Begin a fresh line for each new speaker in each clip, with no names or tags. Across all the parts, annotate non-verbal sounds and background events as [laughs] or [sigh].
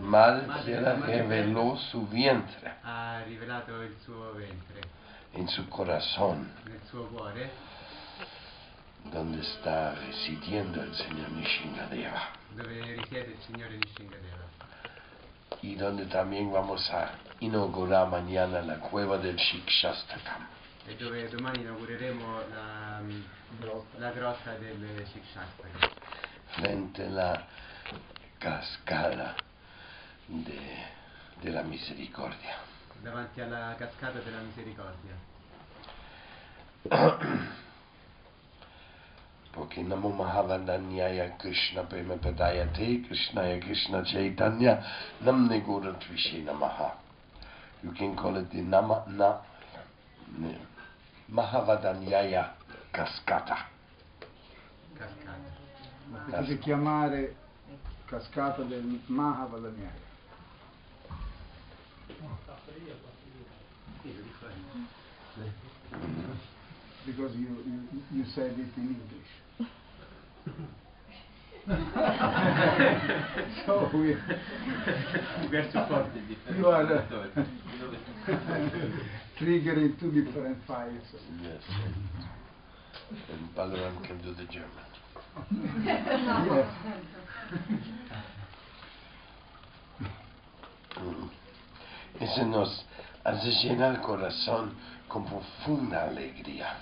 mal
Madre,
será
la madre
que
tierra
veló su vientre
ha rivelato il suo ventre,
en su corazón,
nel suo cuore,
donde está residiendo el Señor Nishingadeva.
dove risiede il Signore di Shingadeva.
Y donde también vamos a inaugurar mañana la cueva del Shikshastakam.
E dove domani inaugureremo la, la grotta del Shikshastra,
frente a la cascada de, de la misericordia.
davanti alla cascata della misericordia.
Porque Namo Mahavandanyaya Krishna Prema Padaya Te Krishnaya Krishna Chaitanya Namne Guru Tvishe Namaha. You can call it the Nama Na ne- Mahavandanyaya Cascata.
Cascata.
Ma potete chiamare cascata del Mahavadanyaya.
Sì, lo dico io.
Because you, you, you said it in English.
[laughs]
so we,
We are supported.
you are uh, triggering two different fires.
Yes. And Balaram can do the German.
Yes.
Eso Mm-hmm. nos hace llenar el corazón con profunda alegría.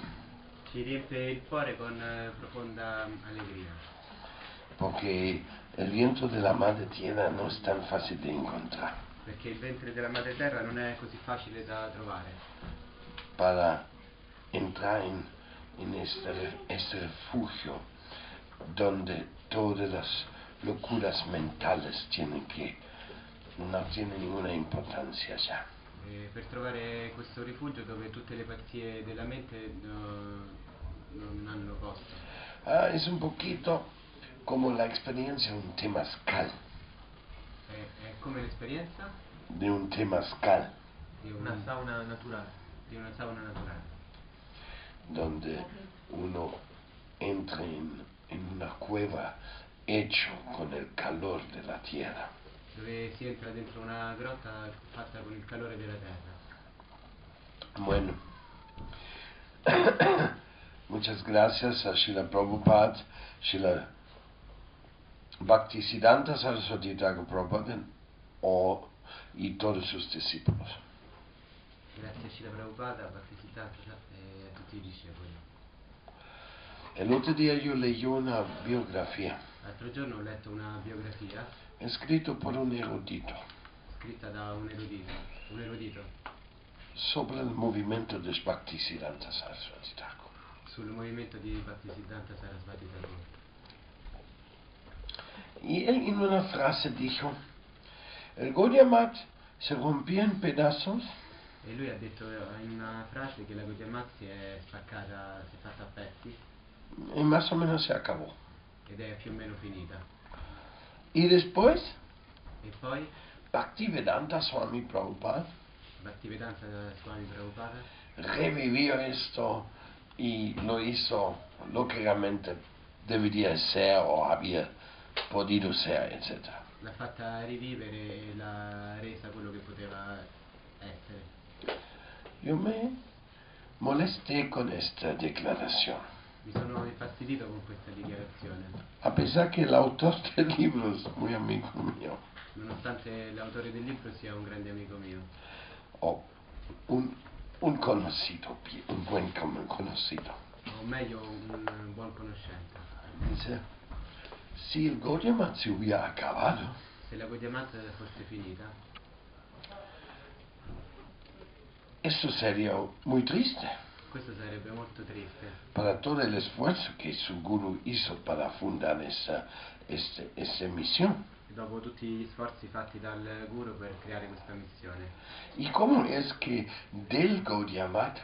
Ci riempie il cuore con eh, profonda mm, allegria,
porque el viento de la madre tierra no es tan fácil de encontrar.
perché il ventre della madre terra non è così facile da trovare.
Para entrar en, en este, re- este refugio donde todas las locuras mentales tienen que, no tienen ninguna importancia ya.
E Eh, per trovare questo rifugio dove tutte le pazzie della mente no, non hanno posto.
Ah, es un poquito como la experiencia de un temazcal,
È, è come l'esperienza
de un temazcal,
di un-
Una sauna naturale.
di una sauna naturale.
donde uno entra en- en una cueva hecho con el calor de la tierra.
dove si entra dentro una grotta fatta con il calore della terra.
Bueno, [coughs] muchas gracias a Srila Prabhupada, Srila Bhaktisiddhanta Saraswati Thakur Prabhupada o- y todos sus discípulos.
Grazie a Shila Prabhupada, a Bhaktisiddhanta e a tutti i discepoli.
El otro día yo leí una biografía
L'altro giorno ho letto una biografia
escrita por un erudito
scritta da un erudito, un erudito
sobre el movimiento de Bhaktisiddhanta Saraswati Thakur.
sul movimento di Bhaktisiddhanta Sarasvati Thakur.
Y él en una frase dijo, el Gaudiya se rompía en pedazos
E lui ha detto eh, in una frase che la Gaudiya si è spaccata, si è fatta a pezzi
y eh, más o menos se acabó.
ed è più o meno finita.
Y después,
E poi
Bhaktivedanta Swami Prabhupada
Bhaktivedanta Swami Prabhupada
revivió esto y lo hizo lógicamente debería ser o había podido ser, etc.
l'ha fatta rivivere e l'ha resa quello che poteva essere.
Yo me molesté con esta declaración,
Mi sono infastidito con questa dichiarazione,
a pesar que el autor [laughs] del libro es muy amigo mío,
nonostante l'autore del libro sia un grande amico mio,
o un, un conocido, un buen con- conocido.
o meglio un buon conoscente.
Dice, si el Gaudiya se hubiera acabado,
Se la Godiamat fosse finita,
Eso sería muy triste
questo sarebbe molto triste
para todo el esfuerzo que su guru hizo para fundar esa, este- esa misión.
dopo tutti gli sforzi fatti dal guru per creare questa missione.
¿Y cómo es que del Gaudiamat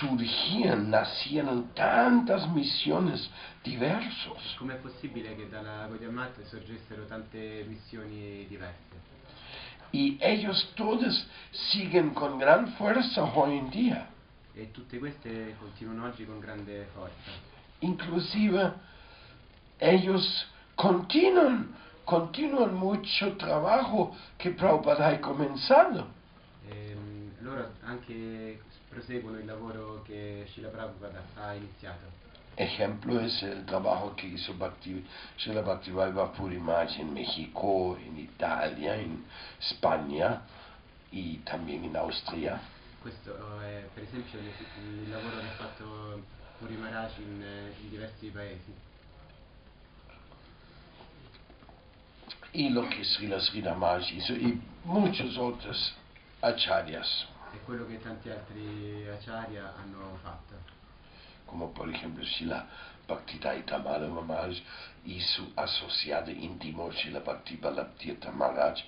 surgían, nacieron tantas misiones diversas?
Com'è possibile che dalla Godiamat sorgessero tante missioni diverse?
Y ellos todos siguen con gran fuerza hoy en día.
E tutte queste continuano oggi con grande forza.
Inclusive ellos continúan continúan mucho trabajo que Prabhupada ha comenzado.
Ehm, loro anche proseguono il lavoro che Srila Prabhupada ha iniziato.
Ejemplo es el trabajo que hizo Bhakti, Srila Bhaktivedanta Puri Maharaj en México, en Italia, en España y también en Austria.
Questo è per esempio il, il lavoro che ha fatto Puri Maharaj in, eh, in diversi paesi.
y lo que Srila Srila Maharaj hizo y muchos otros acharyas,
È quello che tanti altri acharya hanno fatto.
como por ejemplo Srila Bhaktidaita Madhava Maharaj y su asociado íntimo Srila Bhakti Balatirtha Maharaj.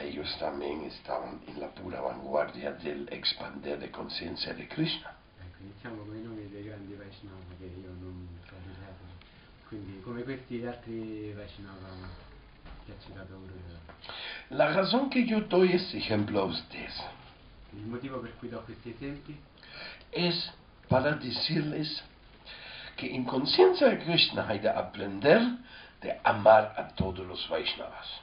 Ellos también estaban en la pura vanguardia del expander de conciencia de Krishna.
Ecco, iniziamo con i nomi dei grandi Vaishnava che io non so di certo. Quindi come questi altri Vaishnava che ha citato Gurudev.
La razón que yo doy este ejemplo a ustedes
Il motivo per cui do questi esempi
es para decirles que en conciencia de Krishna hay de aprender de amar a todos los Vaishnavas.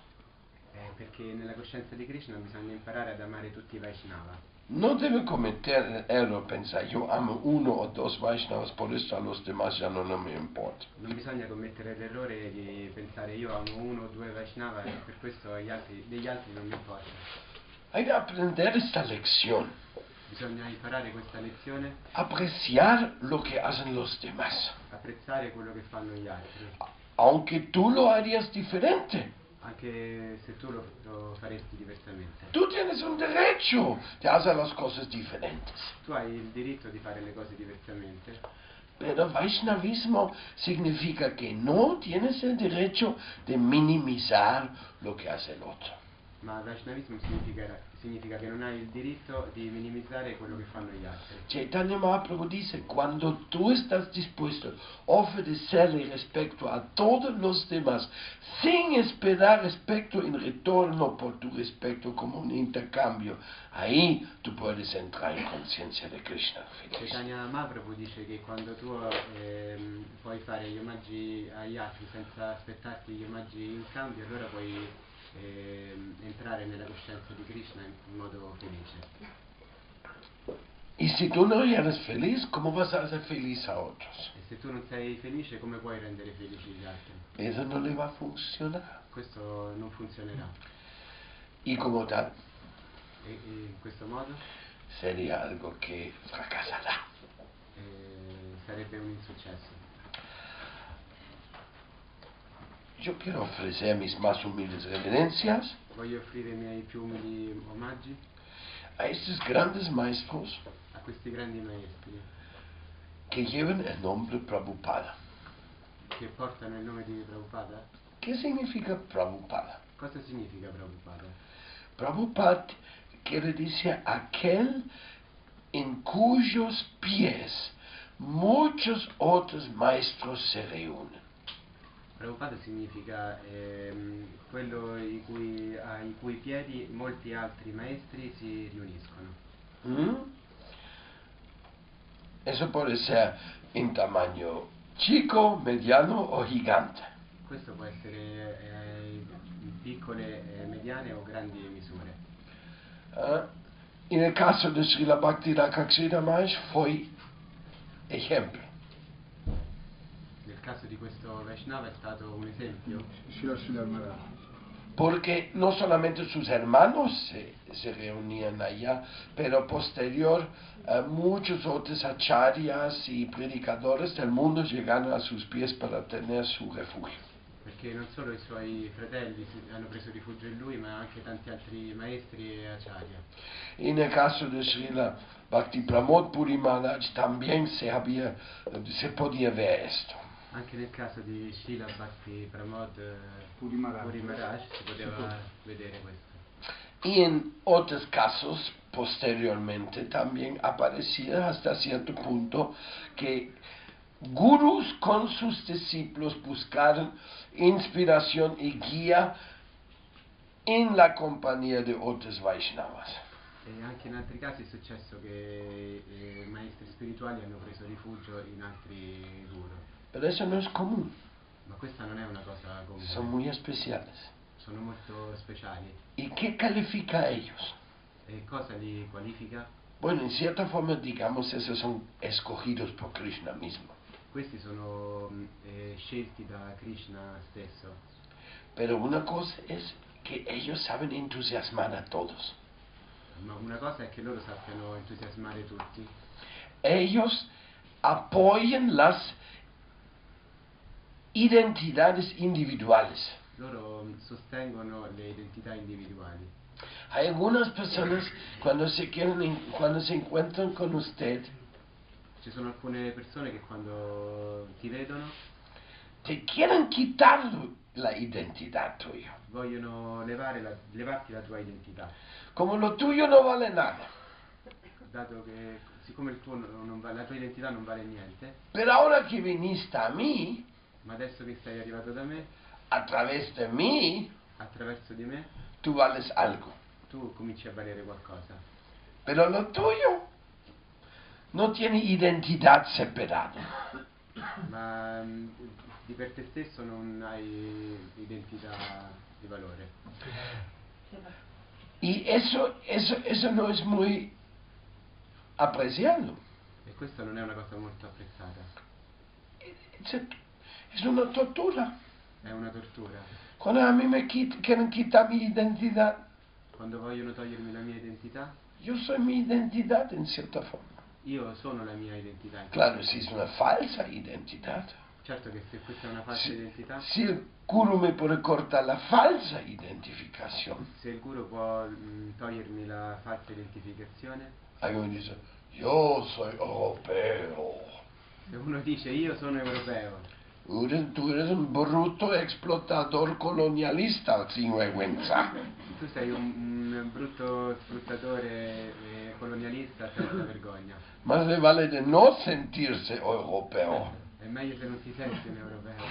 è perché nella coscienza di Krishna bisogna imparare ad amare tutti i Vaishnava.
No debe cometer el error pensar, yo amo uno o dos Vaishnavas, por eso a los demás ya no, no me importa.
Non bisogna commettere l'errore di pensare io amo uno o due Vaishnava e per questo gli altri- degli altri non mi importa.
Hay que aprender esta lección,
Bisogna imparare questa lezione,
apreciar lo que hacen los demás,
apprezzare quello che fanno gli altri,
aunque tú lo harías diferente.
anche se tu lo, lo faresti diversamente.
Tú tienes un derecho de hacer las cosas diferentes.
Tu hai il diritto di fare le cose diversamente,
Pero Vaishnavismo significa que no tienes el derecho de minimizar lo que hace el otro.
ma Vaishnavismo significa, significa che non hai il diritto di minimizzare quello che fanno gli altri.
Chaitanya Mahaprabhu dice, cuando tú estás dispuesto a ofrecerle respecto a todos los demás, sin esperar respecto en retorno por tu respecto como un intercambio, ahí tú puedes entrar en conciencia de Krishna.
Chaitanya Mahaprabhu dice che quando tu ehm, puoi fare gli omaggi agli altri senza aspettarti gli omaggi in cambio, allora puoi ehm, entrare nella coscienza di Krishna in modo felice.
Y si tú no eres feliz, ¿cómo vas a hacer feliz a otros?
E se tu non sei felice, come puoi rendere felici gli altri?
Eso no le va a funcionar.
Questo non funzionerà.
Y como tal,
E, e in questo modo
sería algo que fracasará.
eh, sarebbe un insuccesso.
Yo quiero ofrecer mis más humildes reverencias
Voglio offrire i miei più umili omaggi
a estos grandes maestros
a questi grandi maestri
que llevan el nombre Prabhupada.
che portano il nome di Prabhupada.
¿Qué significa Prabhupada?
Cosa significa Prabhupada?
Prabhupada quiere decir aquel en cuyos pies muchos otros maestros se reúnen.
Prabhupada significa ehm, quello i cui, ai cui piedi molti altri maestri si riuniscono.
¿Mm? Eso puede ser en tamaño chico, mediano o gigante.
Questo può essere eh, in piccole, eh, mediane o grandi misure.
¿Ah? En el caso de Srila Bhakti Rakshida Maharaj fue ejemplo.
Nel caso di questo Vaishnava è stato un esempio
Shila Shila Maharaj.
porque no solamente sus hermanos se, se reunían allá, pero posterior eh, muchos otros acharyas y predicadores del mundo llegaron a sus pies para tener su refugio.
perché non solo i suoi fratelli si- hanno preso rifugio in lui ma anche tanti altri maestri e acharya.
En el caso de Srila Bhakti Pramod Puri Maharaj también se, había, se podía ver esto.
Anche nel caso di Shila Bhakti Pramod eh,
Puri Maharaj.
Puri Maharaj si poteva vedere questo.
Y en otros casos, posteriormente, también aparecía hasta cierto punto que gurús con sus discípulos buscaron inspiración y guía en la compañía de otros Vaishnavas.
E anche in altri casi è successo che eh, maestri spirituali hanno preso rifugio in altri guru,
Pero eso no es común.
ma questa non è una cosa comune,
Son muy especiales.
sono molto speciali.
¿Y qué califica a ellos?
E cosa li qualifica?
Bueno, en cierta forma, digamos, esos son escogidos por Krishna mismo.
Questi sono mh, eh, scelti da Krishna stesso,
Pero una cosa es que ellos saben entusiasmar a todos.
ma una cosa è che loro sappiano entusiasmare tutti,
Ellos apoyan las identidades individuales.
loro mh, sostengono le identità individuali.
Hay algunas personas cuando se quieren, en- cuando se encuentran con usted,
Ci sono alcune persone che quando ti vedono
te quieren quitar la identidad tuya.
vogliono levare la- levarti la tua identità,
Como lo tuyo no vale nada.
dato che siccome il tuo no- non va- la tua identità non vale niente,
Pero ahora que viniste a mí,
ma adesso che sei arrivato da me,
a través de mí,
attraverso di me,
tú vales algo.
tu cominci a valere qualcosa.
Pero lo tuyo no tiene identidad separada.
Ma mh, di per te stesso non hai identità di valore.
Y eso, eso, eso no es muy apreciado.
E questa non è una cosa molto apprezzata,
Es, es una tortura.
è una tortura.
Cuando a mí me quit- quieren quitar mi identidad,
Quando vogliono togliermi la mia identità,
yo soy mi identidad en cierta forma.
io sono la mia identità.
Claro, si es una falsa identidad.
Certo che se questa è una falsa
Si,
identità,
si el guru me puede cortar la falsa identificación,
se il guru può mh, togliermi la falsa identificazione,
alguien dice, yo soy europeo.
se uno dice io sono europeo,
Tú eres, tú eres un bruto explotador colonialista, sinvergüenza.
tu sei un, un brutto sfruttatore eh, colonialista senza vergogna.
Más le vale de no sentirse europeo.
È meglio se non si sente un europeo.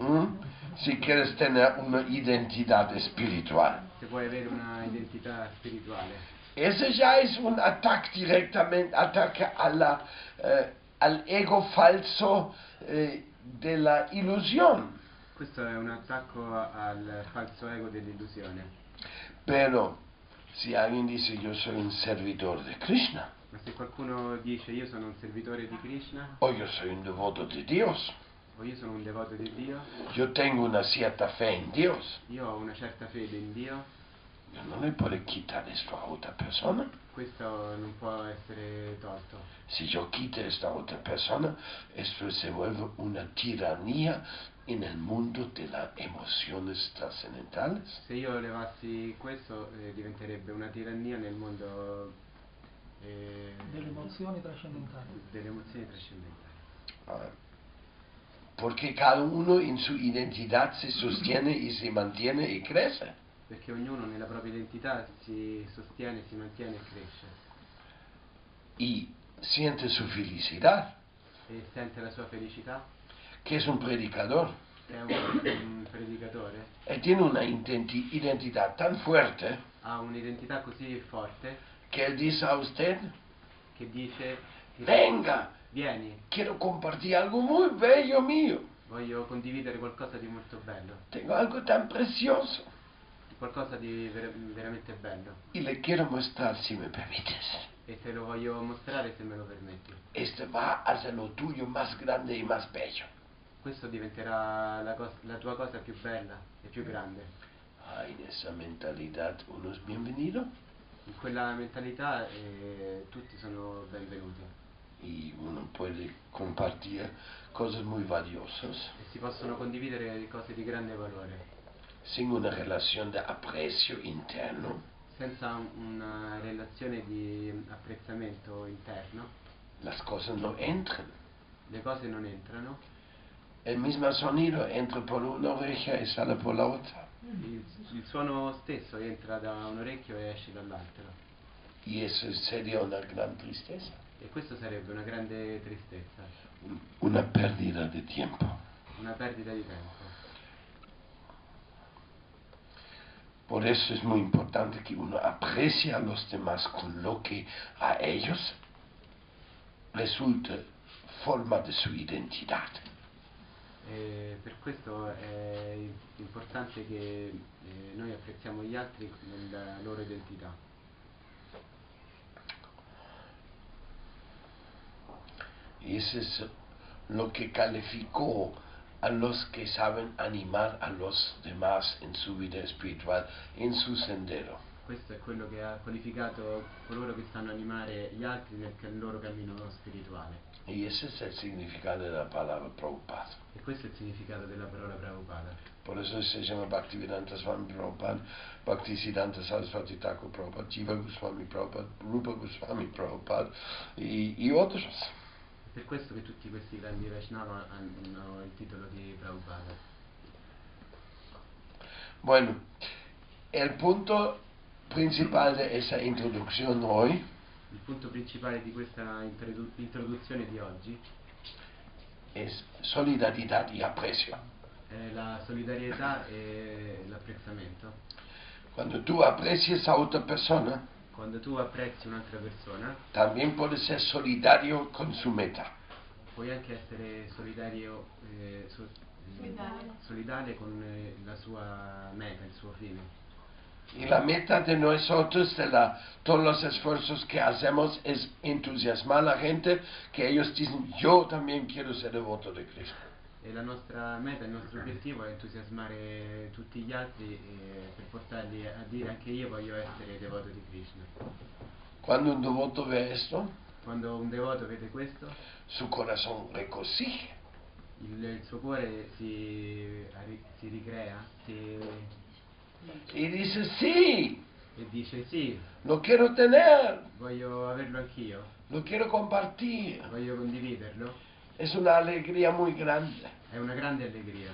¿Mm? Si quieres tener una identidad espiritual.
Se vuoi avere una identità spirituale,
Ese ya es un ataque directamente, ataque a la, eh, al ego falso eh, de la ilusión.
questo è un attacco al falso ego dell'illusione.
Pero si alguien dice yo soy un servidor de Krishna
Ma se qualcuno dice io sono un servitore di Krishna,
o yo soy un devoto de Dios,
o io sono un devoto di Dio,
yo tengo una cierta fe en Dios,
io ho una certa fede in Dio,
yo no le puedo quitar esto a otra persona.
questo non può essere tolto.
Si yo quito esto a otra persona, esto se vuelve una tiranía en el mundo de las emociones trascendentales.
Se io levassi questo eh, diventerebbe una tirannia nel mondo eh,
delle emozioni trascendentali.
delle emozioni trascendentali.
Ah, Porque cada uno en su identidad se sostiene y se mantiene y crece.
Perché ognuno nella propria identità si sostiene, si mantiene e cresce
Y siente su felicidad,
e sente la sua felicità,
que es un predicador.
è un, un predicatore,
Él tiene una identi- identidad tan fuerte
ha un'identità così forte
que él dice a usted,
che dice
venga,
vieni,
quiero compartir algo muy bello mío.
voglio condividere qualcosa di molto bello,
Tengo algo tan precioso
qualcosa di ver- veramente bello
y le quiero mostrar si me permites.
e te lo voglio mostrare se me lo permetti.
Este va a ser lo tuyo más grande y más bello.
Questo diventerà la, cos- la tua cosa più bella e più grande.
Ah, en esa mentalidad uno es bienvenido.
In quella mentalità eh, tutti sono benvenuti
y uno puede compartir cosas muy valiosas
e si possono condividere cose di grande valore,
sin una relación de aprecio interno.
senza un- una relazione di apprezzamento interno.
Las cosas no entran.
Le cose non entrano,
El mismo sonido entra por una oreja y sale por la otra.
il, il suono stesso entra da un orecchio e esce dall'altro.
Y eso sería una gran tristeza,
E questo sarebbe una grande tristezza,
una pérdida de tiempo.
una perdita di tempo.
Por eso es muy importante que uno aprecie a los demás con lo que a ellos resulta forma de su identidad.
È Eh, per questo è importante che eh, noi apprezziamo gli altri nella loro identità.
Y ese es lo que calificó a los que saben animar a los demás en su vida espiritual, en su sendero.
Questo è quello che ha qualificato coloro che sanno animare gli altri nel ca- loro cammino spirituale.
Y ese es el significado de la palabra Prabhupada.
E questo è il significato della parola Prabhupada.
Por eso se llama Bhaktivedanta Swami Prabhupada, Bhaktisiddhanta Saraswati Thakur Prabhupada, Jiva Goswami Prabhupada, Rupa Goswami Prabhupada y, y otros.
È per questo che tutti questi grandi Vaishnava hanno il titolo di Prabhupada.
Bueno, el punto principal de esa introducción hoy
Il punto principale di questa introdu- introduzione di oggi
es solidaridad y aprecio.
è la solidarietà e l'apprezzamento.
Cuando tú aprecias a otra persona,
Quando tu apprezzi un'altra persona,
también puedes ser solidario con su meta.
puoi anche essere solidario, eh, so- mm,
Solidale.
solidale con eh, la sua meta, il suo fine.
Y la meta de nosotros, de la- todos los esfuerzos que hacemos, es entusiasmar a la gente que ellos dicen, yo también quiero ser devoto de Cristo.
E la nostra meta, il nostro obiettivo è entusiasmare tutti gli altri eh, per portarli a dire anche io voglio essere devoto di Krishna.
Cuando un devoto ve esto,
Quando un devoto vede questo,
su corazón regocija.
il, il suo cuore si, arri- si ricrea si-
Y dice, sí,
e dice sì,
lo quiero tener,
voglio averlo anch'io,
lo quiero compartir.
voglio condividerlo.
Es una alegría muy grande,
È una grande allegria.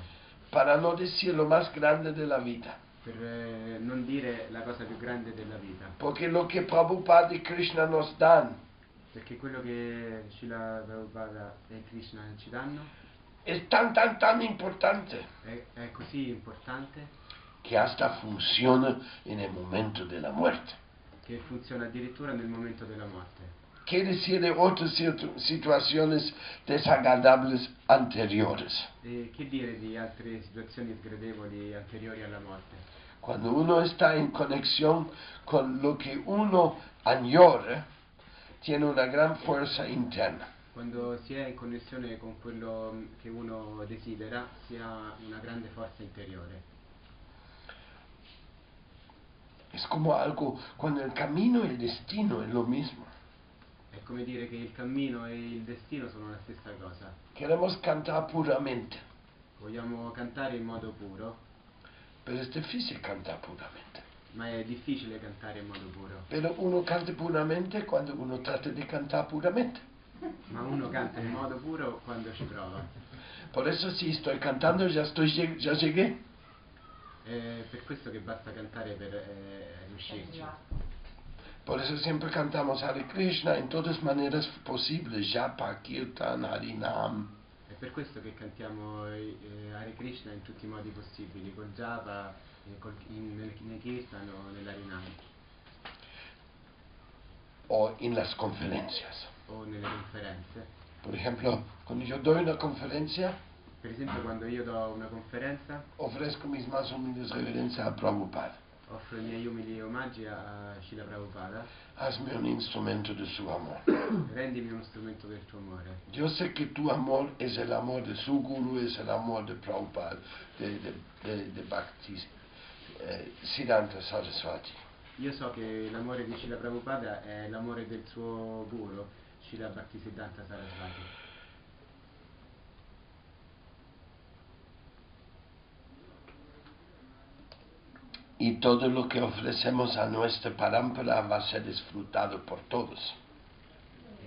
para no decir lo más grande de la vida.
per eh, non dire la cosa più grande della vita,
Porque lo que Prabhupada y Krishna nos dan
perché quello che Srila Prabhupada e Krishna ci danno
es tan, tan, tan importante.
è, è così importante
que hasta funciona en el momento de la muerte.
che funziona addirittura nel momento della morte.
¿Qué decir de otras situ- situaciones desagradables anteriores?
E che dire di altre situazioni sgradevoli anteriori alla morte?
Cuando uno está en conexión con lo que uno añora, tiene una gran fuerza interna.
Quando si è in connessione con quello mh, che uno desidera si ha una grande forza interiore.
Es como algo, cuando el camino y el destino es lo mismo.
È come dire che il cammino e il destino sono la stessa cosa.
Queremos cantar puramente,
Vogliamo cantare in modo puro,
pero es difícil cantar puramente.
ma è difficile cantare in modo puro.
Pero uno canta puramente cuando uno trata de cantar puramente.
Ma uno canta in modo puro quando ci prova.
Por eso si estoy cantando ya estoy lleg- ya llegué.
È per questo che basta cantare per eh, riuscirci.
Por eso siempre cantamos Hare Krishna en todas maneras posibles, Japa, Kirtan, Harinam.
È per questo che cantiamo eh, Hare Krishna in tutti i modi possibili, col japa, eh, col, in, nel, nel kirtan o nell'arinam
o en las conferencias.
o nelle conferenze.
Por ejemplo, cuando yo doy una conferencia,
Per esempio quando io do una conferenza
ofrezco mis más humildes reverencias a Prabhupada.
offro i miei umili omaggi a Shila Prabhupada,
Hazme un instrumento de su amor.
rendimi uno strumento del tuo amore.
Yo sé que tu amor es el amor de su guru, es el amor de Prabhupada, de, de, de, de Bhakti, eh, Siddhanta Saraswati.
Io so che l'amore di Shila Prabhupada è l'amore del suo guru, Shila Bhaktisiddhanta Sarasvati.
y todo lo que ofrecemos a nuestra parámpara va a ser disfrutado por todos.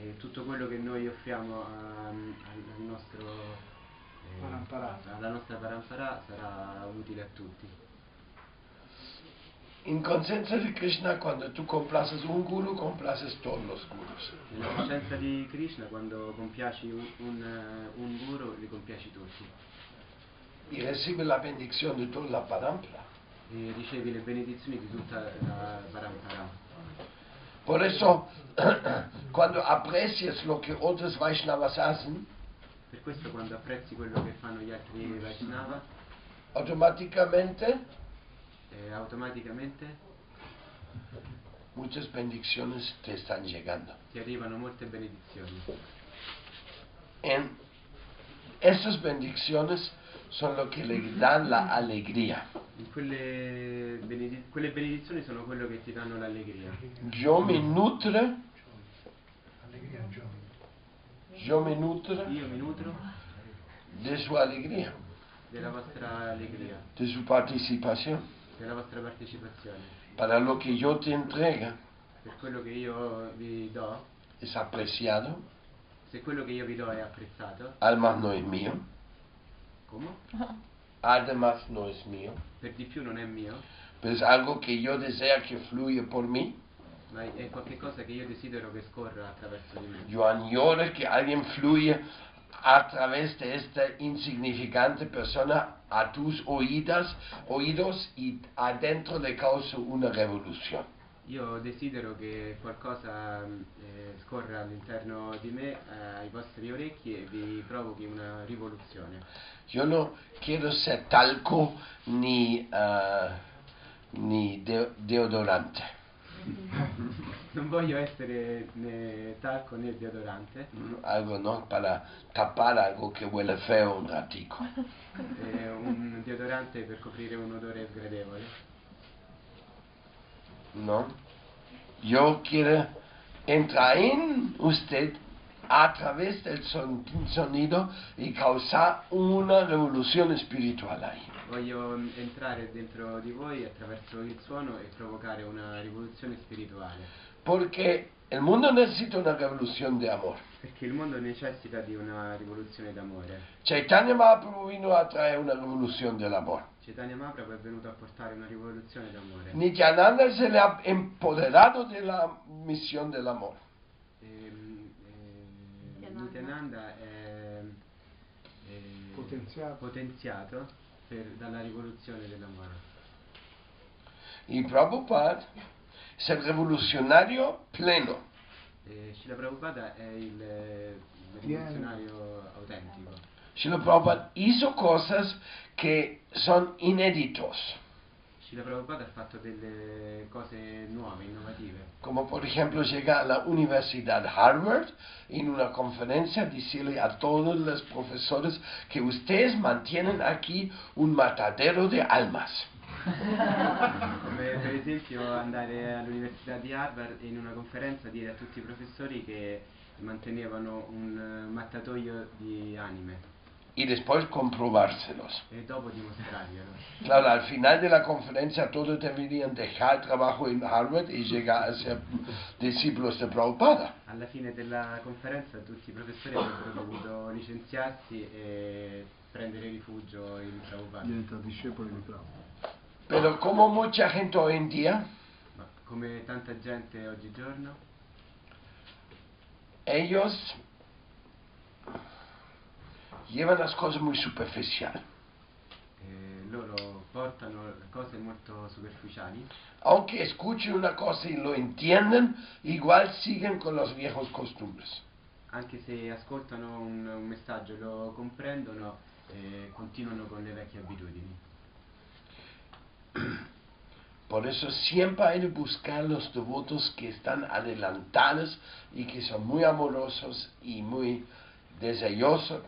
E tutto quello che noi offriamo a- al al nostro eh,
Parampara.
alla nostra paranfara sarà utile a tutti.
En conciencia de Krishna, cuando tú complaces un guru, complaces todos los gurus.
Nella coscienza di Krishna, quando compiaci un, un, eh, un guru, li compiaci tutti.
Y recibe la bendición de toda la parámpara.
E ricevi le benedizioni di tutta la paranfara.
[clears throat] Por eso, cuando aprecias lo que otros Vaishnavas hacen,
Per questo quando apprezzi quello che fanno gli altri Vaishnava,
Automáticamente,
eh, automaticamente
muchas bendiciones te están llegando.
ti arrivano molte benedizioni.
En- esas bendiciones son lo que le dan la alegría.
In Quelle, benedi- quelle benedizioni sono quello che ti danno l'allegria.
Yo me nutre. Yo me nutre
Io mi nutro
de su alegría,
della vostra allegria,
de su participación.
della vostra partecipazione.
Para lo que yo te entrega
Per quello che io vi do,
es apreciado,
se quello che io vi do è apprezzato,
además no es mío,
come?
además no es mío,
Per di più non è mio,
pero es algo que yo desea que fluya por mí.
ma è qualcosa che io desidero che scorra attraverso di me.
Yo añoro que alguien fluya a través de esta insignificante persona a tus oídas, oídos y adentro le causa una revolución.
Io desidero che qualcosa mh, eh, scorra all'interno di me, eh, ai vostri orecchi e vi provochi una rivoluzione.
Yo no quiero ser talco ni, ah, ni de- deodorante.
Non voglio essere né talco né deodorante,
Algo, ¿no? Para tapar algo que huele feo un ratico.
eh, un deodorante per coprire un odore sgradevole.
¿No? Yo quiero entrar en usted a través del son- sonido y causar una revolución espiritual ahí.
Voglio mh, entrare dentro di voi attraverso il suono e provocare una rivoluzione spirituale,
Porque el mundo necesita una revolución de amor.
perché il mondo necessita di una rivoluzione d'amore.
Chaitanya Mahaprabhu vino a traer una revolución del amor.
Chaitanya Mahaprabhu è venuto a portare una rivoluzione d'amore.
Nityananda se le ha empoderado de la misión del amor.
Ehm, ehm,
Nityananda.
Nityananda è, è
Potenziato.
potenziato per- dalla rivoluzione dell'amore.
Y Prabhupada es el revolucionario pleno.
Eh, Srila Prabhupada è il eh,
Pieno.
rivoluzionario autentico.
Srila Prabhupada hizo cosas que son inéditos,
Srila Prabhupada ha fatto delle cose nuove, innovative.
como por ejemplo llegar a la Universidad Harvard y en una conferencia decirle a todos los profesores que ustedes mantienen aquí un matadero de almas.
Come per esempio andare all'Università di Harvard e in una conferenza dire a tutti i professori che mantenevano un eh, mattatoio di anime
Y después comprobárselos.
e dopo dimostrarglielo.
Claro, al final de la conferencia todos deberían dejar el trabajo en Harvard y llegar a ser discípulos de Prabhupada.
Alla fine della conferenza tutti i professori avrebbero dovuto licenziarsi e prendere rifugio in Prabhupada.
diventa discepoli di Prabhupada.
Pero como mucha gente hoy en día,
Ma come tanta gente oggigiorno,
ellos llevan las cosas muy superficial.
eh, loro portano cose molto superficiali,
Aunque escuchen una cosa y lo entienden, igual siguen con los viejos costumbres.
anche se ascoltano un, un messaggio e lo comprendono, eh, continuano con le vecchie abitudini.
Por eso siempre hay que buscar los devotos que están adelantados y que son muy amorosos y muy deseosos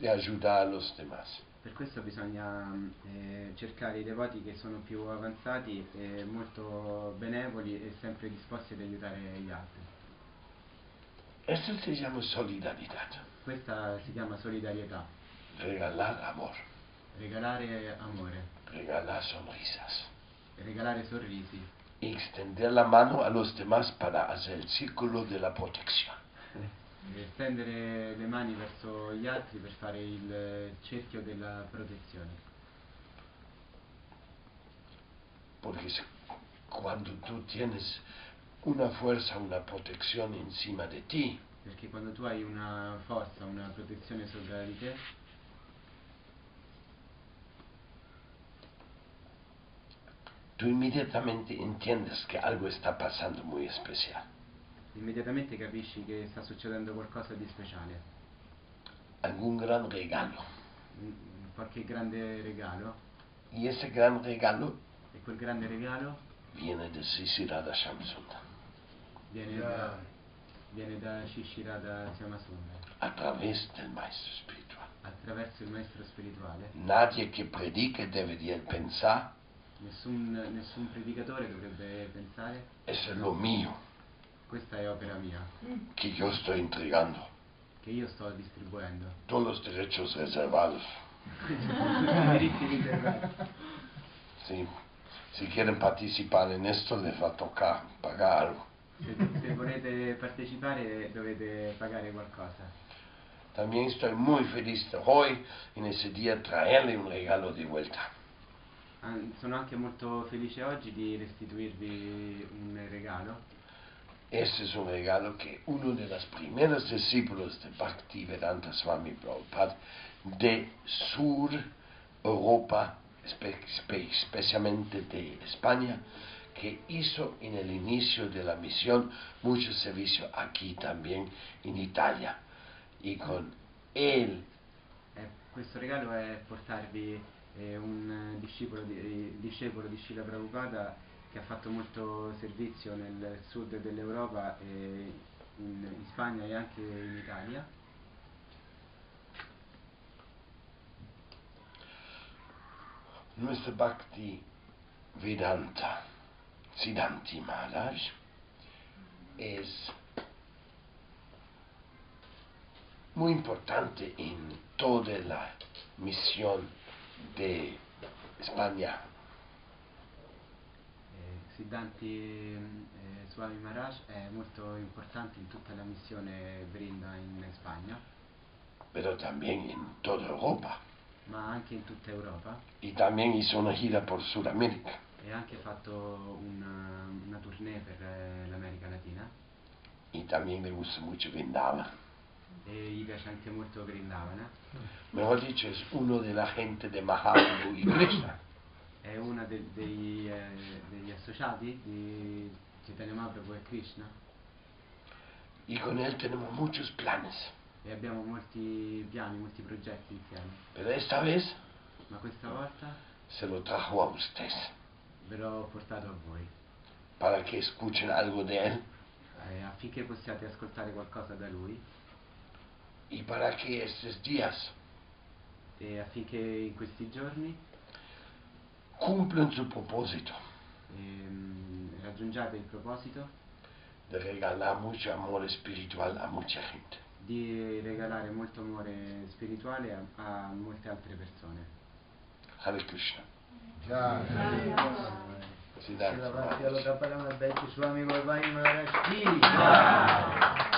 de ayudar a los demás.
Per questo bisogna mh, eh, cercare i devoti che sono più avanzati, e molto benevoli e sempre disposti ad aiutare gli altri.
Esto se llama solidaridad,
Questa si chiama solidarietà.
regalar amor,
Regalare amore,
regalar sonrisas.
regalare sorrisi,
y extender la mano a los demás para hacer el círculo de la protección.
eh, stendere le mani verso gli altri per fare il eh, cerchio della protezione.
Porque es- cuando tú tienes una fuerza, una protección encima de ti,
Perché quando tu hai una forza, una protezione sopra di te,
tú inmediatamente entiendes que algo está pasando muy especial.
immediatamente capisci che sta succedendo qualcosa di speciale.
algún gran regalo.
Mm, qualche grande regalo
Y ese gran regalo
e quel grande regalo
viene de Sisirada Shamsunda
viene da, viene da Shishirada Siamasunda
a través del maestro espiritual.
attraverso il maestro spirituale.
Nadie que predique debería pensar,
Nessun, nessun predicatore dovrebbe pensare
eso es lo mío
questa è opera mia
que yo estoy entregando.
che io sto
[laughs]
distribuendo.
Todos los derechos reservados.
diritti riservati.
¿sí? Si quieren participar en esto les va a tocar pagar algo.
Se, se volete partecipare dovete pagare qualcosa.
También estoy muy feliz de hoy en ese día traerle un regalo de vuelta.
An- Sono anche molto felice oggi di restituirvi un regalo.
Este es un regalo que uno de los primeros discípulos de Bhaktivedanta Swami Prabhupada de Sur Europa, espe- espe- especialmente de España, que hizo en el inicio de la misión mucho servicio aquí también en Italia. Y con él
Eh, questo regalo è portarvi eh, un discepolo di, discepolo di Srila Prabhupada che ha fatto molto servizio nel sud dell'Europa, e in, in Spagna e anche in Italia.
Nuestro Bhakti Vedanta Siddhanti Maharaj es muy importante en toda la misión de España.
Eh, Siddhanti eh, Swami Maharaj è molto importante in tutta la missione Brinda in Spagna,
pero también en toda Europa.
ma anche in tutta Europa
Y también hizo una gira por Sudamérica.
e ha anche fatto una, una tournée per eh, l'America Latina
Y también le gusta mucho Vrindavan.
e gli piace anche molto Vrindavana.
Mejor dicho, es uno de la gente de Mahaprabhu y Krishna.
È uno degli, eh, degli associati di Chaitanya Mahaprabhu e Krishna
Y con él tenemos muchos planes.
e abbiamo molti piani, molti progetti insieme.
Pero esta vez
Ma questa volta
se lo trajo a usted
ve l'ho portato a voi
para que escuchen algo de él
eh, affinché possiate ascoltare qualcosa da lui
y para que estos días
e affinché in questi giorni
cumplan su propósito
ehm, raggiungiate il proposito
de regalar mucho amor espiritual a mucha gente.
di regalare molto amore spirituale a, a molte altre persone.
Hare Krishna.
Siddhartha
Siddhartha Maharaj.
Bhakti Swami Bhagavani Maharaj Ki.